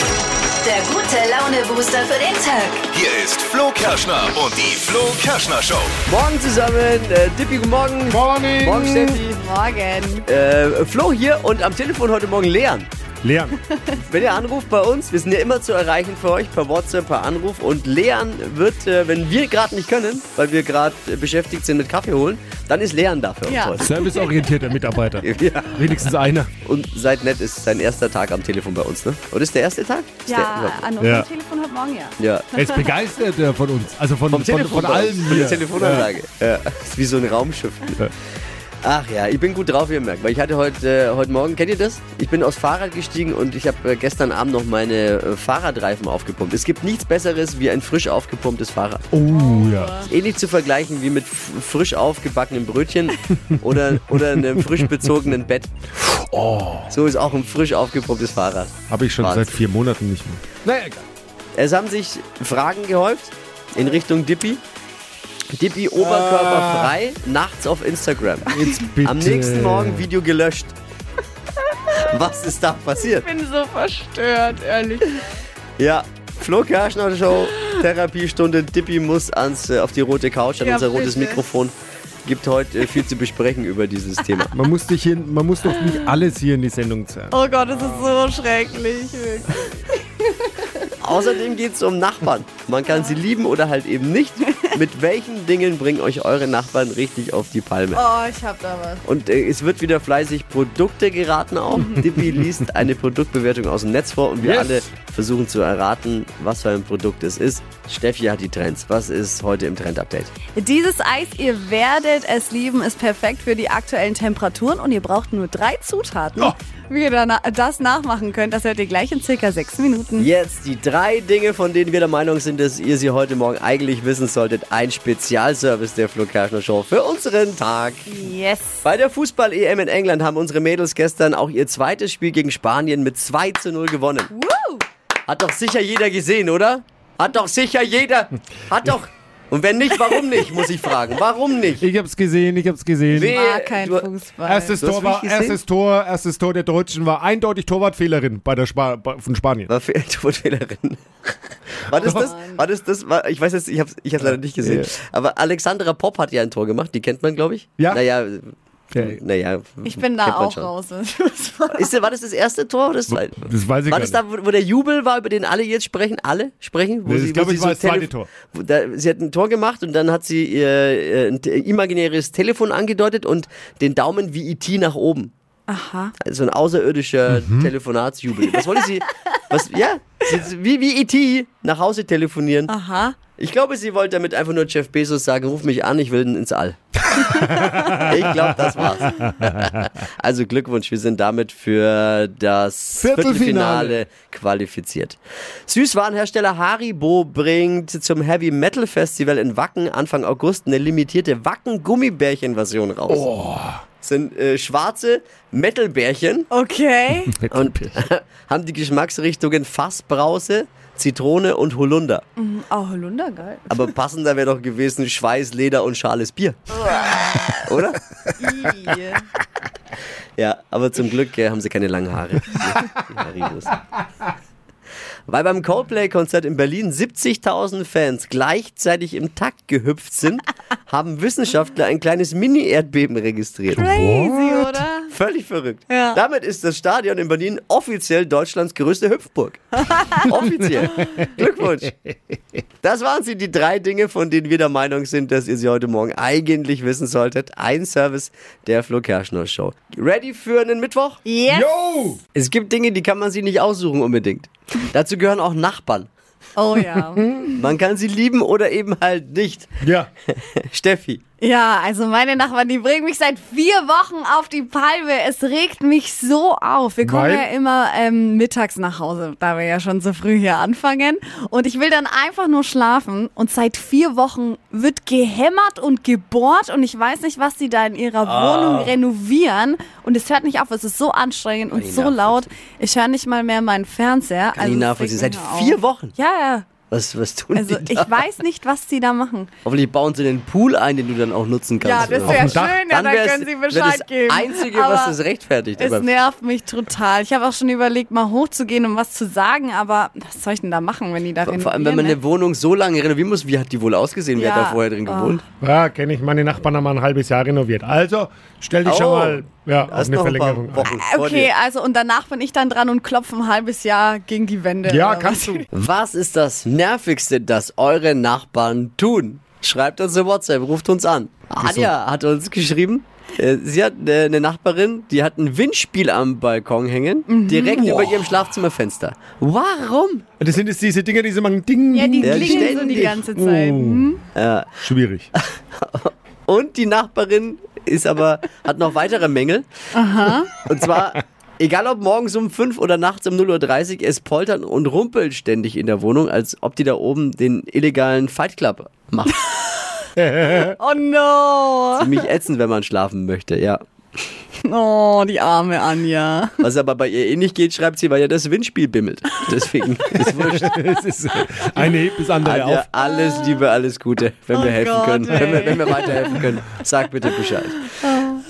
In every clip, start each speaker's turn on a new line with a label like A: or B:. A: Der gute Laune-Booster für den Tag.
B: Hier ist Flo Kerschner und die Flo Kerschner Show.
C: Morgen zusammen, äh, Dippi, guten Morgen.
D: Morning.
C: Morgen, Steffi.
E: Morgen.
C: Äh, Flo hier und am Telefon heute Morgen Leon.
D: Leon,
C: Wenn ihr anruft bei uns, wir sind ja immer zu erreichen für euch per WhatsApp, per Anruf. Und Leon wird, äh, wenn wir gerade nicht können, weil wir gerade äh, beschäftigt sind mit Kaffee holen, dann ist Leon da für uns
E: Ja.
C: heute.
D: serviceorientierter Mitarbeiter.
C: Ja.
D: Wenigstens einer.
C: Und seid nett, ist sein erster Tag am Telefon bei uns, ne? Oder ist der erste Tag? Ist
E: Ja,
C: Der,
E: an unserem
D: Ja.
E: Telefon heute Morgen, ja.
C: ja.
D: Er ist begeistert äh, von uns. Also von,
C: Vom
D: von,
C: Telefon
D: von
C: bei uns,
D: allen
C: Von
D: hier.
C: der Telefonanlage. Ja. Ist wie so ein Raumschiff.
D: Ja.
C: Ach ja, ich bin gut drauf, wie ihr merkt. Weil ich hatte heute, äh, heute Morgen, kennt ihr das? Ich bin aufs Fahrrad gestiegen und ich habe äh, gestern Abend noch meine äh, Fahrradreifen aufgepumpt. Es gibt nichts Besseres wie ein frisch aufgepumptes Fahrrad.
D: Oh ja.
C: Ähnlich zu vergleichen wie mit f- frisch aufgebackenem Brötchen oder, oder einem frisch bezogenen Bett.
D: Oh.
C: So ist auch ein frisch aufgepumptes Fahrrad.
D: Habe ich schon
C: Wahnsinn.
D: seit vier Monaten nicht mehr. Naja, egal.
C: Es haben sich Fragen gehäuft in Richtung Dippi. Dippi oberkörperfrei, nachts auf Instagram.
D: Ah. Jetzt bitte.
C: Am nächsten Morgen Video gelöscht. Was ist da passiert?
E: Ich bin so verstört, ehrlich.
C: Ja, Flo Kerschner Show, Therapiestunde. Dippi muss ans, äh, auf die rote Couch an
E: Ja,
C: unser rotes
E: bitte.
C: Mikrofon. Gibt heute äh, viel zu besprechen über dieses Thema.
D: Man muss, dich hier, man muss doch nicht alles hier in die Sendung zerren.
E: Oh Gott, das ist so schrecklich. wirklich.
C: Außerdem geht es um Nachbarn. Man kann sie lieben oder halt eben nicht. Mit welchen Dingen bringen euch eure Nachbarn richtig auf die Palme?
E: Oh, ich hab da was.
C: Und äh, es wird wieder fleißig Produkte geraten auch. Dippi liest eine Produktbewertung aus dem Netz vor und wir
D: Yes.
C: alle versuchen zu erraten, was für ein Produkt es ist. Steffi hat die Trends. Was ist heute im Trend-Update?
E: Dieses Eis, ihr werdet es lieben, ist perfekt für die aktuellen Temperaturen und ihr braucht nur drei Zutaten.
D: Oh.
E: Wie ihr dana- das nachmachen könnt, das hört ihr gleich in circa sechs Minuten.
C: Jetzt die drei Dinge, von denen wir der Meinung sind, dass ihr sie heute Morgen eigentlich wissen solltet. Ein Spezialservice der Flo Kerschner Show für unseren Tag.
E: Yes.
C: Bei der Fußball-EM in England haben unsere Mädels gestern auch ihr zweites Spiel gegen Spanien mit 2 zu 0 gewonnen.
E: Woo!
C: Hat doch sicher jeder gesehen, oder? Hat doch sicher jeder. Hat doch. Und wenn nicht, warum nicht, muss ich fragen. Warum nicht?
D: Ich hab's gesehen, ich hab's gesehen.
C: Wer-
E: War kein
C: du-
E: Fußball.
D: Erstes
C: Du hast
D: Tor, war,
C: wirklich gesehen?
D: erstes, Tor, erstes Tor der Deutschen war eindeutig Torwartfehlerin bei der Spa bei- von Spanien.
C: War Fe- Torwartfehlerin. War das das? War das das? War, ich weiß jetzt, ich hab's, ich hab's leider nicht gesehen.
D: Ja.
C: Aber Alexandra Pop hat ja ein Tor gemacht, die kennt man, glaube ich.
D: Ja.
C: Naja,
D: Okay.
C: naja.
E: Ich bin
C: kennt
E: da
C: man
E: auch
C: schon.
E: raus.
C: Ist, war das das erste Tor oder das zweite?
D: Das weiß ich
C: War
D: gar
C: das da, wo wo der Jubel war, über den alle jetzt sprechen? Alle sprechen? Wo
D: Nee, ich
C: wo
D: glaube, es war das zweite
C: Tele-
D: Tor.
C: wo Da, sie hat ein Tor gemacht und dann hat sie ihr äh, ein te- imaginäres Telefon angedeutet und den Daumen wie IT nach oben.
E: Aha.
C: Also ein außerirdischer
D: Mhm.
C: Telefonatsjubel. Was wollte sie? Was, ja, sie, wie, wie IT nach Hause telefonieren.
E: Aha.
C: Ich glaube, sie wollte damit einfach nur Jeff Bezos sagen, ruf mich an, ich will ins All. ich glaube, das war's. also Glückwunsch, wir sind damit für das
D: Viertelfinale.
C: Viertelfinale qualifiziert. Süßwarenhersteller Haribo bringt zum Heavy Metal Festival in Wacken Anfang August eine limitierte Wacken-Gummibärchen-Version raus. Sind äh, schwarze Metalbärchen
E: Okay.
C: und haben die Geschmacksrichtungen Fassbrause, Zitrone und Holunder.
E: Oh, Holunder, geil.
C: Aber passender wäre doch gewesen Schweiß, Leder und schales Bier. Oder?
E: Ih.
C: Ja, aber zum Glück äh, haben sie keine langen Haare. Die Haribos. Weil beim Coldplay-Konzert in Berlin 70.000 Fans gleichzeitig im Takt gehüpft sind, haben Wissenschaftler ein kleines Mini-Erdbeben registriert.
E: Crazy, oder?
C: Völlig verrückt.
E: Ja.
C: Damit ist das Stadion in Berlin offiziell Deutschlands größte Hüpfburg. offiziell. Glückwunsch. Das waren sie, die drei Dinge, von denen wir der Meinung sind, dass ihr sie heute Morgen eigentlich wissen solltet. Ein Service der Flo Kerschner Show. Ready für einen Mittwoch?
E: Yes.
D: Yo!
C: Es gibt Dinge, die kann man sich nicht aussuchen unbedingt. Dazu gehören auch Nachbarn.
E: Oh ja.
C: Man kann sie lieben oder eben halt nicht.
D: Ja.
C: Steffi.
E: Ja, also meine Nachbarn, die bringen mich seit vier Wochen auf die Palme. Es regt mich so auf. Wir kommen
D: Weil?
E: ja immer ähm, mittags nach Hause, da wir ja schon so früh hier anfangen. Und ich will dann einfach nur schlafen. Und seit vier Wochen wird gehämmert und gebohrt. Und ich weiß nicht, was sie da in ihrer
C: Ah.
E: Wohnung renovieren. Und es hört nicht auf. Es ist so anstrengend und
C: ich
E: so laut. Ich höre nicht mal mehr meinen Fernseher. Also
C: Nina,
E: es regt
C: seit
E: mich auf.
C: vier Wochen.
E: Ja, ja.
C: Was, was tun
E: Also
C: die
E: ich
C: da?
E: weiß nicht, was die da machen.
C: Hoffentlich bauen sie einen Pool ein, den du dann auch nutzen
E: Ja,
C: kannst.
E: das
C: oder?
E: wäre
D: Auf dem Dach.
E: schön, ja, dann können sie
C: wär das
E: Bescheid geben.
C: Einzige,
E: Aber
C: was das rechtfertigt.
E: Es
C: Aber
E: nervt mich total. Ich habe auch schon überlegt, mal hochzugehen, um was zu sagen, aber was soll ich denn da machen, wenn die da ne?
C: vor allem, wenn man eine Wohnung so lange renovieren muss, wie hat die wohl ausgesehen? Wer hat
E: Ja.
C: da vorher drin
E: Oh.
C: gewohnt?
D: Ja, kenne ich. Meine Nachbarn haben mal ein halbes Jahr renoviert. Also, stell dich schon
C: Oh,
D: mal ja,
C: Da
D: auf eine
C: noch ein paar
D: Verlängerung ein.
C: Wochen vor
E: Okay,
C: dir.
E: also und danach bin ich dann dran und klopfe ein halbes Jahr gegen die Wände.
D: Ja,
E: oder
D: kannst
E: was?
D: du.
C: Was ist das Nervigste, das eure Nachbarn tun? Schreibt uns eine WhatsApp, ruft uns an. Anja hat uns geschrieben, äh, sie hat äh, eine Nachbarin, die hat ein Windspiel am Balkon hängen,
E: Mhm.
C: direkt über ihrem Schlafzimmerfenster. Warum?
D: Das sind jetzt diese Dinger, die so machen Ding. Oh.
E: Ja, die
C: Ja,
E: klingen so die
C: ständig. Uh.
E: ganze Zeit. Hm?
D: Schwierig.
C: Und die Nachbarin ist aber, hat noch weitere Mängel. Und zwar, egal ob morgens um 5 oder nachts um 0.30 Uhr, es poltern und rumpelt ständig in der Wohnung, als ob die da oben den illegalen Fight Club macht.
E: Oh no!
C: Mich ätzend, wenn man schlafen möchte, ja.
E: Oh, die arme Anja.
C: Was aber bei ihr eh nicht geht, schreibt sie, weil ja das Windspiel bimmelt. Deswegen ist wurscht.
D: Das ist äh, eine hebt das andere
C: Anja,
D: auf.
C: alles Liebe, alles Gute, wenn
E: Oh
C: wir helfen
E: Gott,
C: können, wenn wir,
E: ey. Oh.
C: wenn wir weiterhelfen können. Sag bitte Bescheid.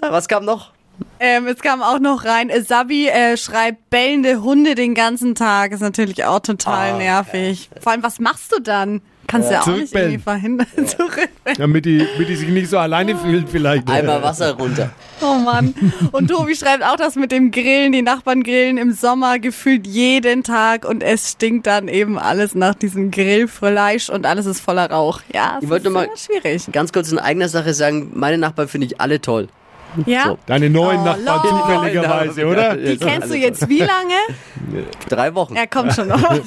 C: Was kam noch?
E: Ähm, es kam auch noch rein, äh, Sabi äh, schreibt, bellende Hunde den ganzen Tag ist natürlich auch total nervig. Vor allem, was machst du dann? Kannst ja, ja auch nicht
D: Zurückbellen.
E: irgendwie verhindern. Zurückbellen.
D: Damit die, damit die sich nicht so alleine fühlen, vielleicht.
C: Einmal Wasser runter.
E: Oh Mann. Und Tobi schreibt auch das mit dem Grillen. Die Nachbarn grillen im Sommer gefühlt jeden Tag und es stinkt dann eben alles nach diesem Grillfleisch und alles ist voller Rauch. Ja, es
C: Ich wollte
E: ist
C: mal-
E: immer schwierig.
C: Ganz kurz in eigener Sache sagen, meine Nachbarn finde ich alle toll.
E: Ja?
C: So.
D: Deine neuen
E: Oh,
D: Nachbarn
E: Leute.
D: zufälligerweise, oder?
E: Die kennst du jetzt wie lange?
C: Drei Wochen.
E: Er kommt schon raus.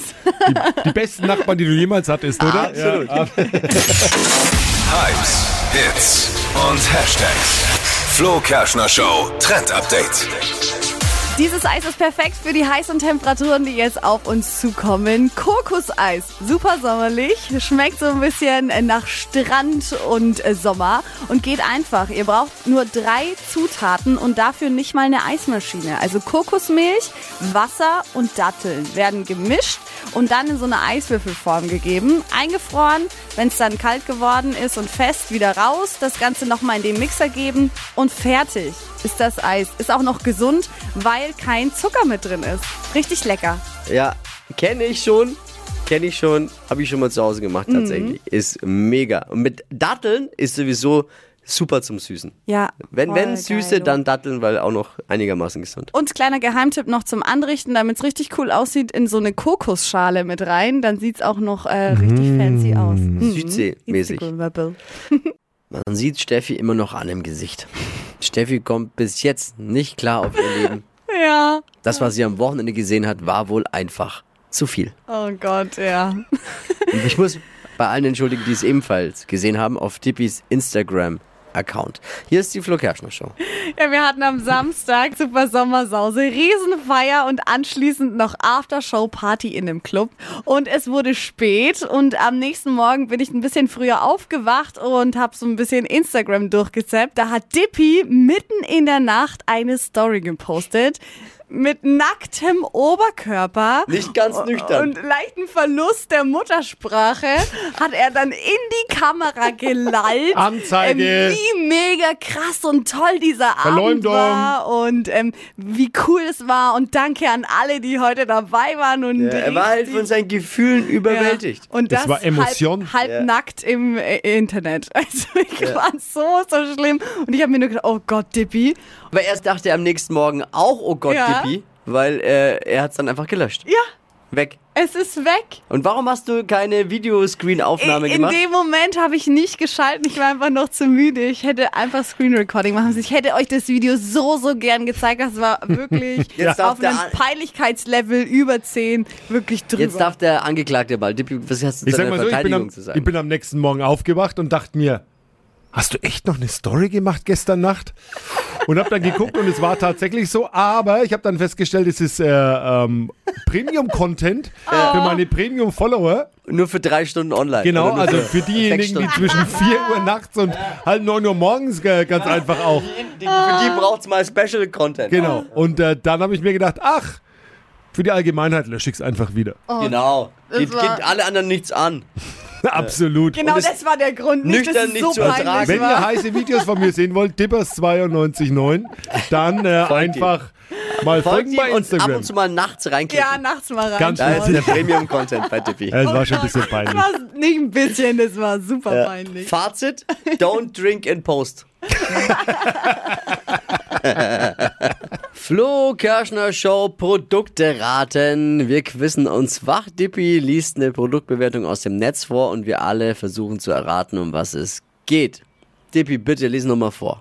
D: Die besten Nachbarn, die du jemals hattest, oder?
C: Absolut.
D: Ja,
B: Hypes, Hits und Hashtags. Flo Kerschner Show Trend Update.
E: Dieses Eis ist perfekt für die heißen Temperaturen, die jetzt auf uns zukommen. Kokuseis, super sommerlich, schmeckt so ein bisschen nach Strand und äh, Sommer und geht einfach. Ihr braucht nur drei Zutaten und dafür nicht mal eine Eismaschine. Also Kokosmilch, Wasser und Datteln werden gemischt und dann in so eine Eiswürfelform gegeben, eingefroren, wenn es dann kalt geworden ist und fest wieder raus, das Ganze nochmal in den Mixer geben und fertig ist das Eis. Ist auch noch gesund, weil kein Zucker mit drin ist. Richtig lecker.
C: Ja, kenne ich schon. Kenne ich schon. Habe ich schon mal zu Hause gemacht
E: Mhm.
C: tatsächlich. Ist mega. Und mit Datteln ist sowieso super zum Süßen.
E: Ja.
C: Wenn,
E: voll
C: wenn Süße,
E: geil.
C: dann Datteln, weil auch noch einigermaßen gesund.
E: Und kleiner Geheimtipp noch zum Anrichten, damit es richtig cool aussieht, in so eine Kokosschale mit rein. Dann sieht es auch noch äh, richtig fancy aus. Mhm.
C: Südsee-mäßig.
E: Instagrammable.
C: Man sieht Steffi immer noch an im Gesicht. Steffi kommt bis jetzt nicht klar auf ihr Leben.
E: Ja.
C: Das, was sie am Wochenende gesehen hat, war wohl einfach zu viel.
E: Oh Gott, ja.
C: Und ich muss bei allen entschuldigen, die es ebenfalls gesehen haben, auf Tippis Instagram-Account. Hier ist die Flo Kerschner Show.
E: Ja, wir hatten am Samstag super Sommersause, Riesenfeier und anschließend noch Aftershow-Party in dem Club. Und es wurde spät und am nächsten Morgen bin ich ein bisschen früher aufgewacht und habe so ein bisschen Instagram durchgezappt. Da hat Dippy mitten in der Nacht eine Story gepostet mit nacktem Oberkörper.
C: Nicht ganz nüchtern.
E: Und leichten Verlust der Muttersprache hat er dann in die Kamera gelallt.
D: Anzeige.
E: Ähm, wie mega krass und toll dieser Abend
D: Verleumdung.
E: war und ähm, wie cool es war. Und danke an alle, die heute dabei waren. Und
C: er war halt
E: richtig-
C: von seinen Gefühlen
E: Ja.
C: überwältigt.
E: Und
D: Das
E: das,
D: war Emotion.
E: halb, halb
C: Ja.
E: nackt im äh, Internet. Also ich war so, so schlimm. Und ich habe mir nur gedacht, oh Gott, Dippy.
C: Aber erst dachte er am nächsten Morgen auch, oh Gott,
E: Ja.
C: Tippi, weil äh, er hat es dann einfach gelöscht.
E: Ja,
C: Weg.
E: es ist weg.
C: Und warum hast du keine Videoscreen-Aufnahme
E: in
C: gemacht?
E: dem Moment habe ich nicht geschalten. Ich war einfach noch zu müde. Ich hätte einfach Screen Recording machen müssen. Ich hätte euch das Video so, so gern gezeigt. Das war wirklich
C: Jetzt darf
E: auf
C: der
E: einem
C: An-
E: Peinlichkeitslevel über 10 wirklich drüber.
C: Jetzt darf der Angeklagte mal. Dippi, was hast du
D: Ich
C: zu deiner
D: sag mal so, ich bin,
C: Verteidigung
D: am,
C: zu
D: ich
C: sagen?
D: bin am nächsten Morgen aufgewacht und dachte mir, hast du echt noch eine Story gemacht gestern Nacht? Und hab dann geguckt und es war tatsächlich so, aber ich habe dann festgestellt, es ist äh, ähm, Premium-Content
E: Ah.
D: für meine Premium-Follower.
C: Nur für drei Stunden online.
D: Genau,
C: Oder nur
D: also für diejenigen, die
C: Stunden.
D: zwischen 4 Uhr nachts und halb 9 Uhr morgens äh, ganz einfach auch.
C: Für die braucht es mal Special-Content.
D: Genau. Und äh, dann habe ich mir gedacht, ach, Für die Allgemeinheit lösche ich es einfach wieder.
C: Genau.
E: Oh, das
C: Geht,
E: war-
C: geht alle anderen nichts an.
D: Absolut.
E: Genau
D: Und es-
E: das war der Grund. Nicht,
C: nüchtern
E: dass es
C: nicht
E: so
C: zu
E: peinlich
C: ertragen.
D: Wenn ihr
E: war.
D: heiße Videos von mir sehen wollt, Dippers929, dann äh,
C: ihm.
D: einfach mal
C: Folgt
D: folgen bei
C: ihm und ab
D: Instagram.
C: und zu mal nachts reinklicken.
E: Ja, nachts mal rein.
D: Ganz
C: Da ist der Premium-Content bei Tippi.
D: Ja, Es war schon ein bisschen
E: Das
D: peinlich.
E: war nicht ein bisschen, das war super peinlich.
C: Fazit: Don't drink and post. Flo Kerschner Show Produkte raten. Wir quissen uns wach. Dippi liest eine Produktbewertung aus dem Netz vor und wir alle versuchen zu erraten, um was es geht. Dippi, bitte lies nochmal vor.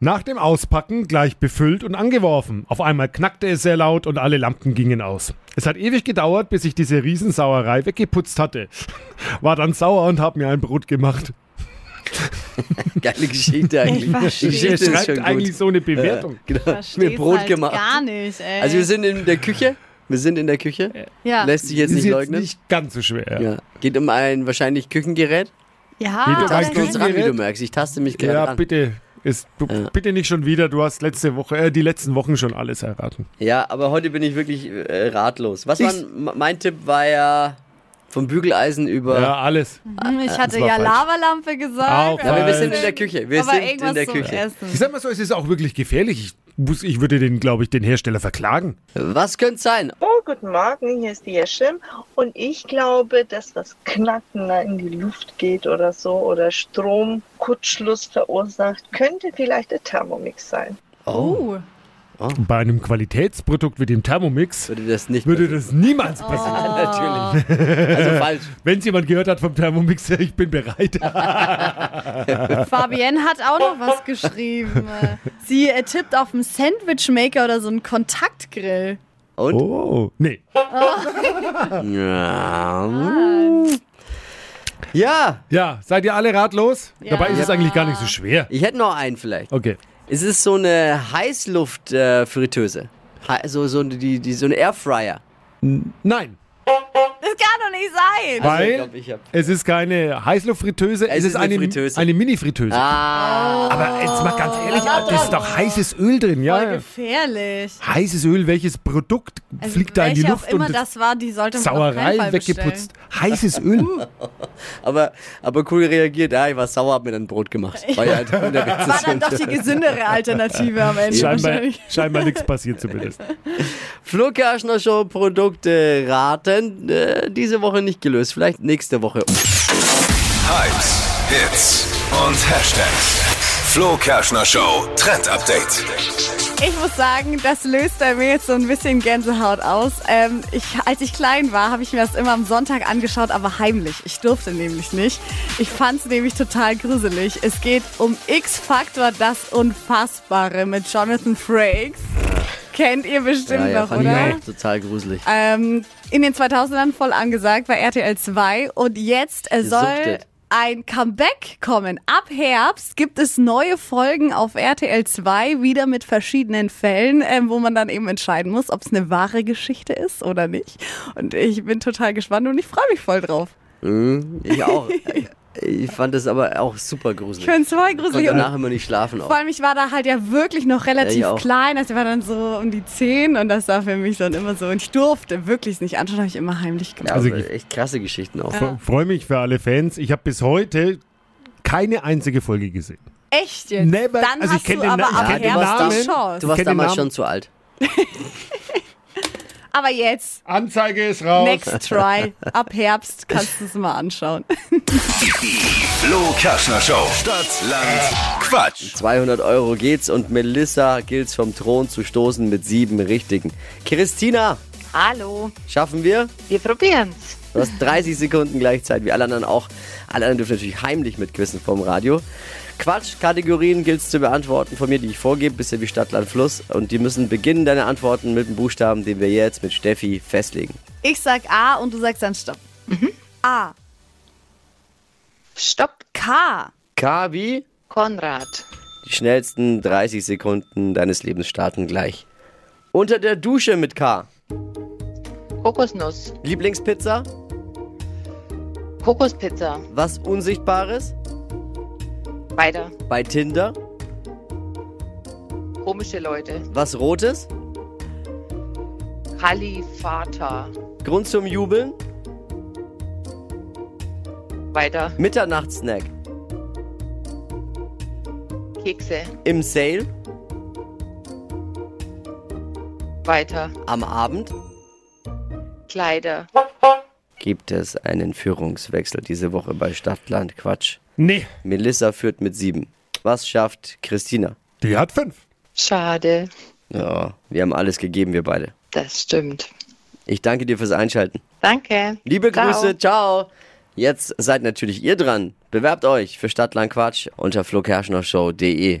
D: Nach dem Auspacken gleich befüllt und angeworfen. Auf einmal knackte es sehr laut und alle Lampen gingen aus. Es hat ewig gedauert, bis ich diese Riesensauerei weggeputzt hatte. War dann sauer und hab mir ein Brot gemacht.
C: Geile Geschichte eigentlich.
E: verstehe.
C: Die
D: Er
C: Geschichte ist
D: schreibt
C: schon
D: eigentlich
C: gut.
D: so eine Bewertung.
C: Genau.
E: Versteh's
C: Mir Brot
E: halt
C: gemacht.
E: Gar nicht, ey.
C: Also wir sind in der Küche. Wir sind in der Küche.
E: ja.
C: Lässt sich jetzt
D: Ist
C: nicht
D: jetzt
C: leugnen.
D: nicht ganz so schwer.
C: Ja. Geht um ein wahrscheinlich Küchengerät.
E: ja,
D: Geht aber
E: das
C: Tasten
D: Küchengerät?
C: uns ran, wie du merkst. Ich taste mich
D: Ja,
C: gerade ran.
D: bitte. Ist, du, Bitte nicht schon wieder. Du hast letzte Woche, äh, die letzten Wochen schon alles erraten.
C: Ja, aber heute bin ich wirklich äh, ratlos. Was
D: Ich-
C: war m- mein Tipp war ja vom Bügeleisen über.
D: Ja, alles.
E: Hm,
C: Ah,
E: ich hatte
D: war
E: ja
D: falsch.
E: Lavalampe gesagt.
D: Auch
C: Ja, aber wir sind in
D: falsch.
C: der Küche. Wir
E: aber
C: sind
E: irgendwas
C: in der
E: zum
C: Küche.
E: Essen.
D: Ich sag mal so, es ist auch wirklich gefährlich. Ich, muss, ich würde den, glaube ich, den Hersteller verklagen.
C: Was könnte sein?
F: Oh, guten Morgen, hier ist die Jeschim und ich glaube, dass das Knacken da in die Luft geht oder so oder Strom Kurzschluss verursacht, könnte vielleicht der Thermomix sein.
E: Oh,
C: Ah.
D: Bei einem Qualitätsprodukt wie dem Thermomix
C: Würde das nicht.
D: würde das
E: Oh.
D: niemals passieren.
C: Natürlich. Also falsch.
D: Wenn es jemand gehört hat vom Thermomix, ich bin bereit.
E: Fabienne hat auch noch was geschrieben. Sie äh, tippt auf einen Sandwichmaker oder so einen Kontaktgrill.
C: Und?
D: Oh. Nee.
C: Ja. ja.
D: Ja, seid ihr alle ratlos?
E: Ja.
D: Dabei ist es eigentlich gar nicht so schwer.
C: Ich hätte noch einen vielleicht.
D: Okay.
C: Es ist so eine Heißluftfritteuse. Äh, Fritteuse. Hei- so, so, eine- die, die, so eine Airfryer.
D: Nein,
E: Das kann doch nicht sein.
C: Also, ich
D: weil
C: glaub, ich hab-
D: es ist keine Heißluftfritteuse, es, ist eine,
C: Fritteuse.
D: eine Mini-Fritteuse.
C: Ah.
D: Aber jetzt mal ganz ehrlich, da ist doch heißes Öl drin,
E: Voll
D: ja?
E: gefährlich.
D: Heißes Öl, welches Produkt
E: Also
D: fliegt da in die
E: welche
D: Luft
E: auch immer
D: und
E: das war, die sollte man auf keinen
D: Sauerei
E: Fall Uh,
D: weggeputzt? Heißes Öl?
C: Aber, aber cool reagiert. Ja, ich war sauer, hab mir dann Brot gemacht. War ja halt
E: bestellen. War dann doch die gesündere Alternative am Ende
D: Scheinbar,
E: wahrscheinlich.
D: scheinbar nichts passiert zumindest.
C: Flo Kerschner Show Produkte raten. Äh, diese Woche nicht gelöst. Vielleicht nächste Woche.
B: Hypes, Hits und Hashtags. Flo Kerschner Show Trend Update.
E: Ich muss sagen, das löst bei mir jetzt so ein bisschen Gänsehaut aus. Ähm, ich, als ich klein war, habe ich mir das immer am Sonntag angeschaut, aber heimlich. Ich durfte nämlich nicht. Ich fand es nämlich total gruselig. Es geht um X-Faktor, das Unfassbare mit Jonathan Frakes. Kennt ihr bestimmt noch,
C: fand ich
E: oder?
C: auch total gruselig.
E: ähm, in den 2000ern voll angesagt bei RTL 2 und jetzt äh, soll
C: Gesuchtet.
E: ein Comeback kommen. Ab Herbst gibt es neue Folgen auf RTL 2 wieder mit verschiedenen Fällen, ähm, wo man dann eben entscheiden muss, ob es eine wahre Geschichte ist oder nicht. Und ich bin total gespannt und ich freue mich voll drauf.
C: Ich auch. Ich fand das aber auch super gruselig.
E: Ich bin voll
C: Konnte
E: gruselig. Und
C: danach immer nicht schlafen.
E: vor
C: Auch.
E: allem, ich war da halt ja wirklich noch relativ
C: Ja, ich auch.
E: klein. Also ich war dann so um die 10 und das war für mich dann immer so. Und ich durfte wirklich nicht anschauen, habe ich immer heimlich gemacht.
C: Ja,
D: Also
C: also echt krasse Geschichten auch.
D: Freue mich für alle Fans. Ich habe bis heute keine einzige Folge gesehen.
E: Echt jetzt?
D: Never-
E: Dann
D: also ich
E: hast
D: kenn
E: du
D: den
E: aber
D: Na- ich
E: ab
D: kenn den
E: Herbst
D: Namen.
E: die Chance.
C: Du warst
D: kenn den
C: damals schon
D: Namen.
C: zu alt.
E: Aber jetzt,
D: Anzeige ist raus.
E: next try. Ab Herbst kannst du es mal anschauen.
B: Flo Kerschner Show. Stadt, Land, Quatsch.
C: 200 Euro geht's und Melissa gilt's vom Thron zu stoßen mit sieben richtigen. Christina,
G: Hallo,
C: schaffen wir?
G: wir probieren's.
C: Du hast 30 Sekunden gleichzeitig, wie alle anderen auch. Alle anderen dürfen natürlich heimlich mitquissen vom Radio. Quatsch-Kategorien gilt es zu beantworten von mir, die ich vorgebe, bisher wie Stadt, Land, Fluss. Und die müssen beginnen, deine Antworten mit dem Buchstaben, den wir jetzt mit Steffi festlegen.
E: Ich sag A und du sagst dann Stopp. Mhm. A.
G: Stopp,
E: K.
C: Kavi,
G: Konrad.
C: die schnellsten 30 Sekunden deines Lebens starten gleich. Unter der Dusche mit K.
G: Kokosnuss,
C: Lieblingspizza,
G: Kokospizza.
C: was Unsichtbares,
G: Weiter.
C: bei Tinder,
G: Komische Leute.
C: was Rotes,
G: Hallifata.
C: Grund zum Jubeln?
G: Weiter.
C: Mitternachtssnack.
G: Kekse.
C: Im Sale?
G: Weiter.
C: Am Abend?
G: Kleider.
C: Gibt es einen Führungswechsel diese Woche bei Stadtland Quatsch?
D: Nee.
C: Melissa führt mit sieben. Was schafft Christina?
D: Die hat fünf.
G: Schade.
C: Ja, wir haben alles gegeben, wir beide.
G: Das stimmt.
C: Ich danke dir fürs Einschalten.
G: Danke.
C: Liebe
G: Ciao.
C: Grüße, ciao. Jetzt seid natürlich ihr dran. Bewerbt euch für Stadtland Quatsch unter flokerschnershow.de.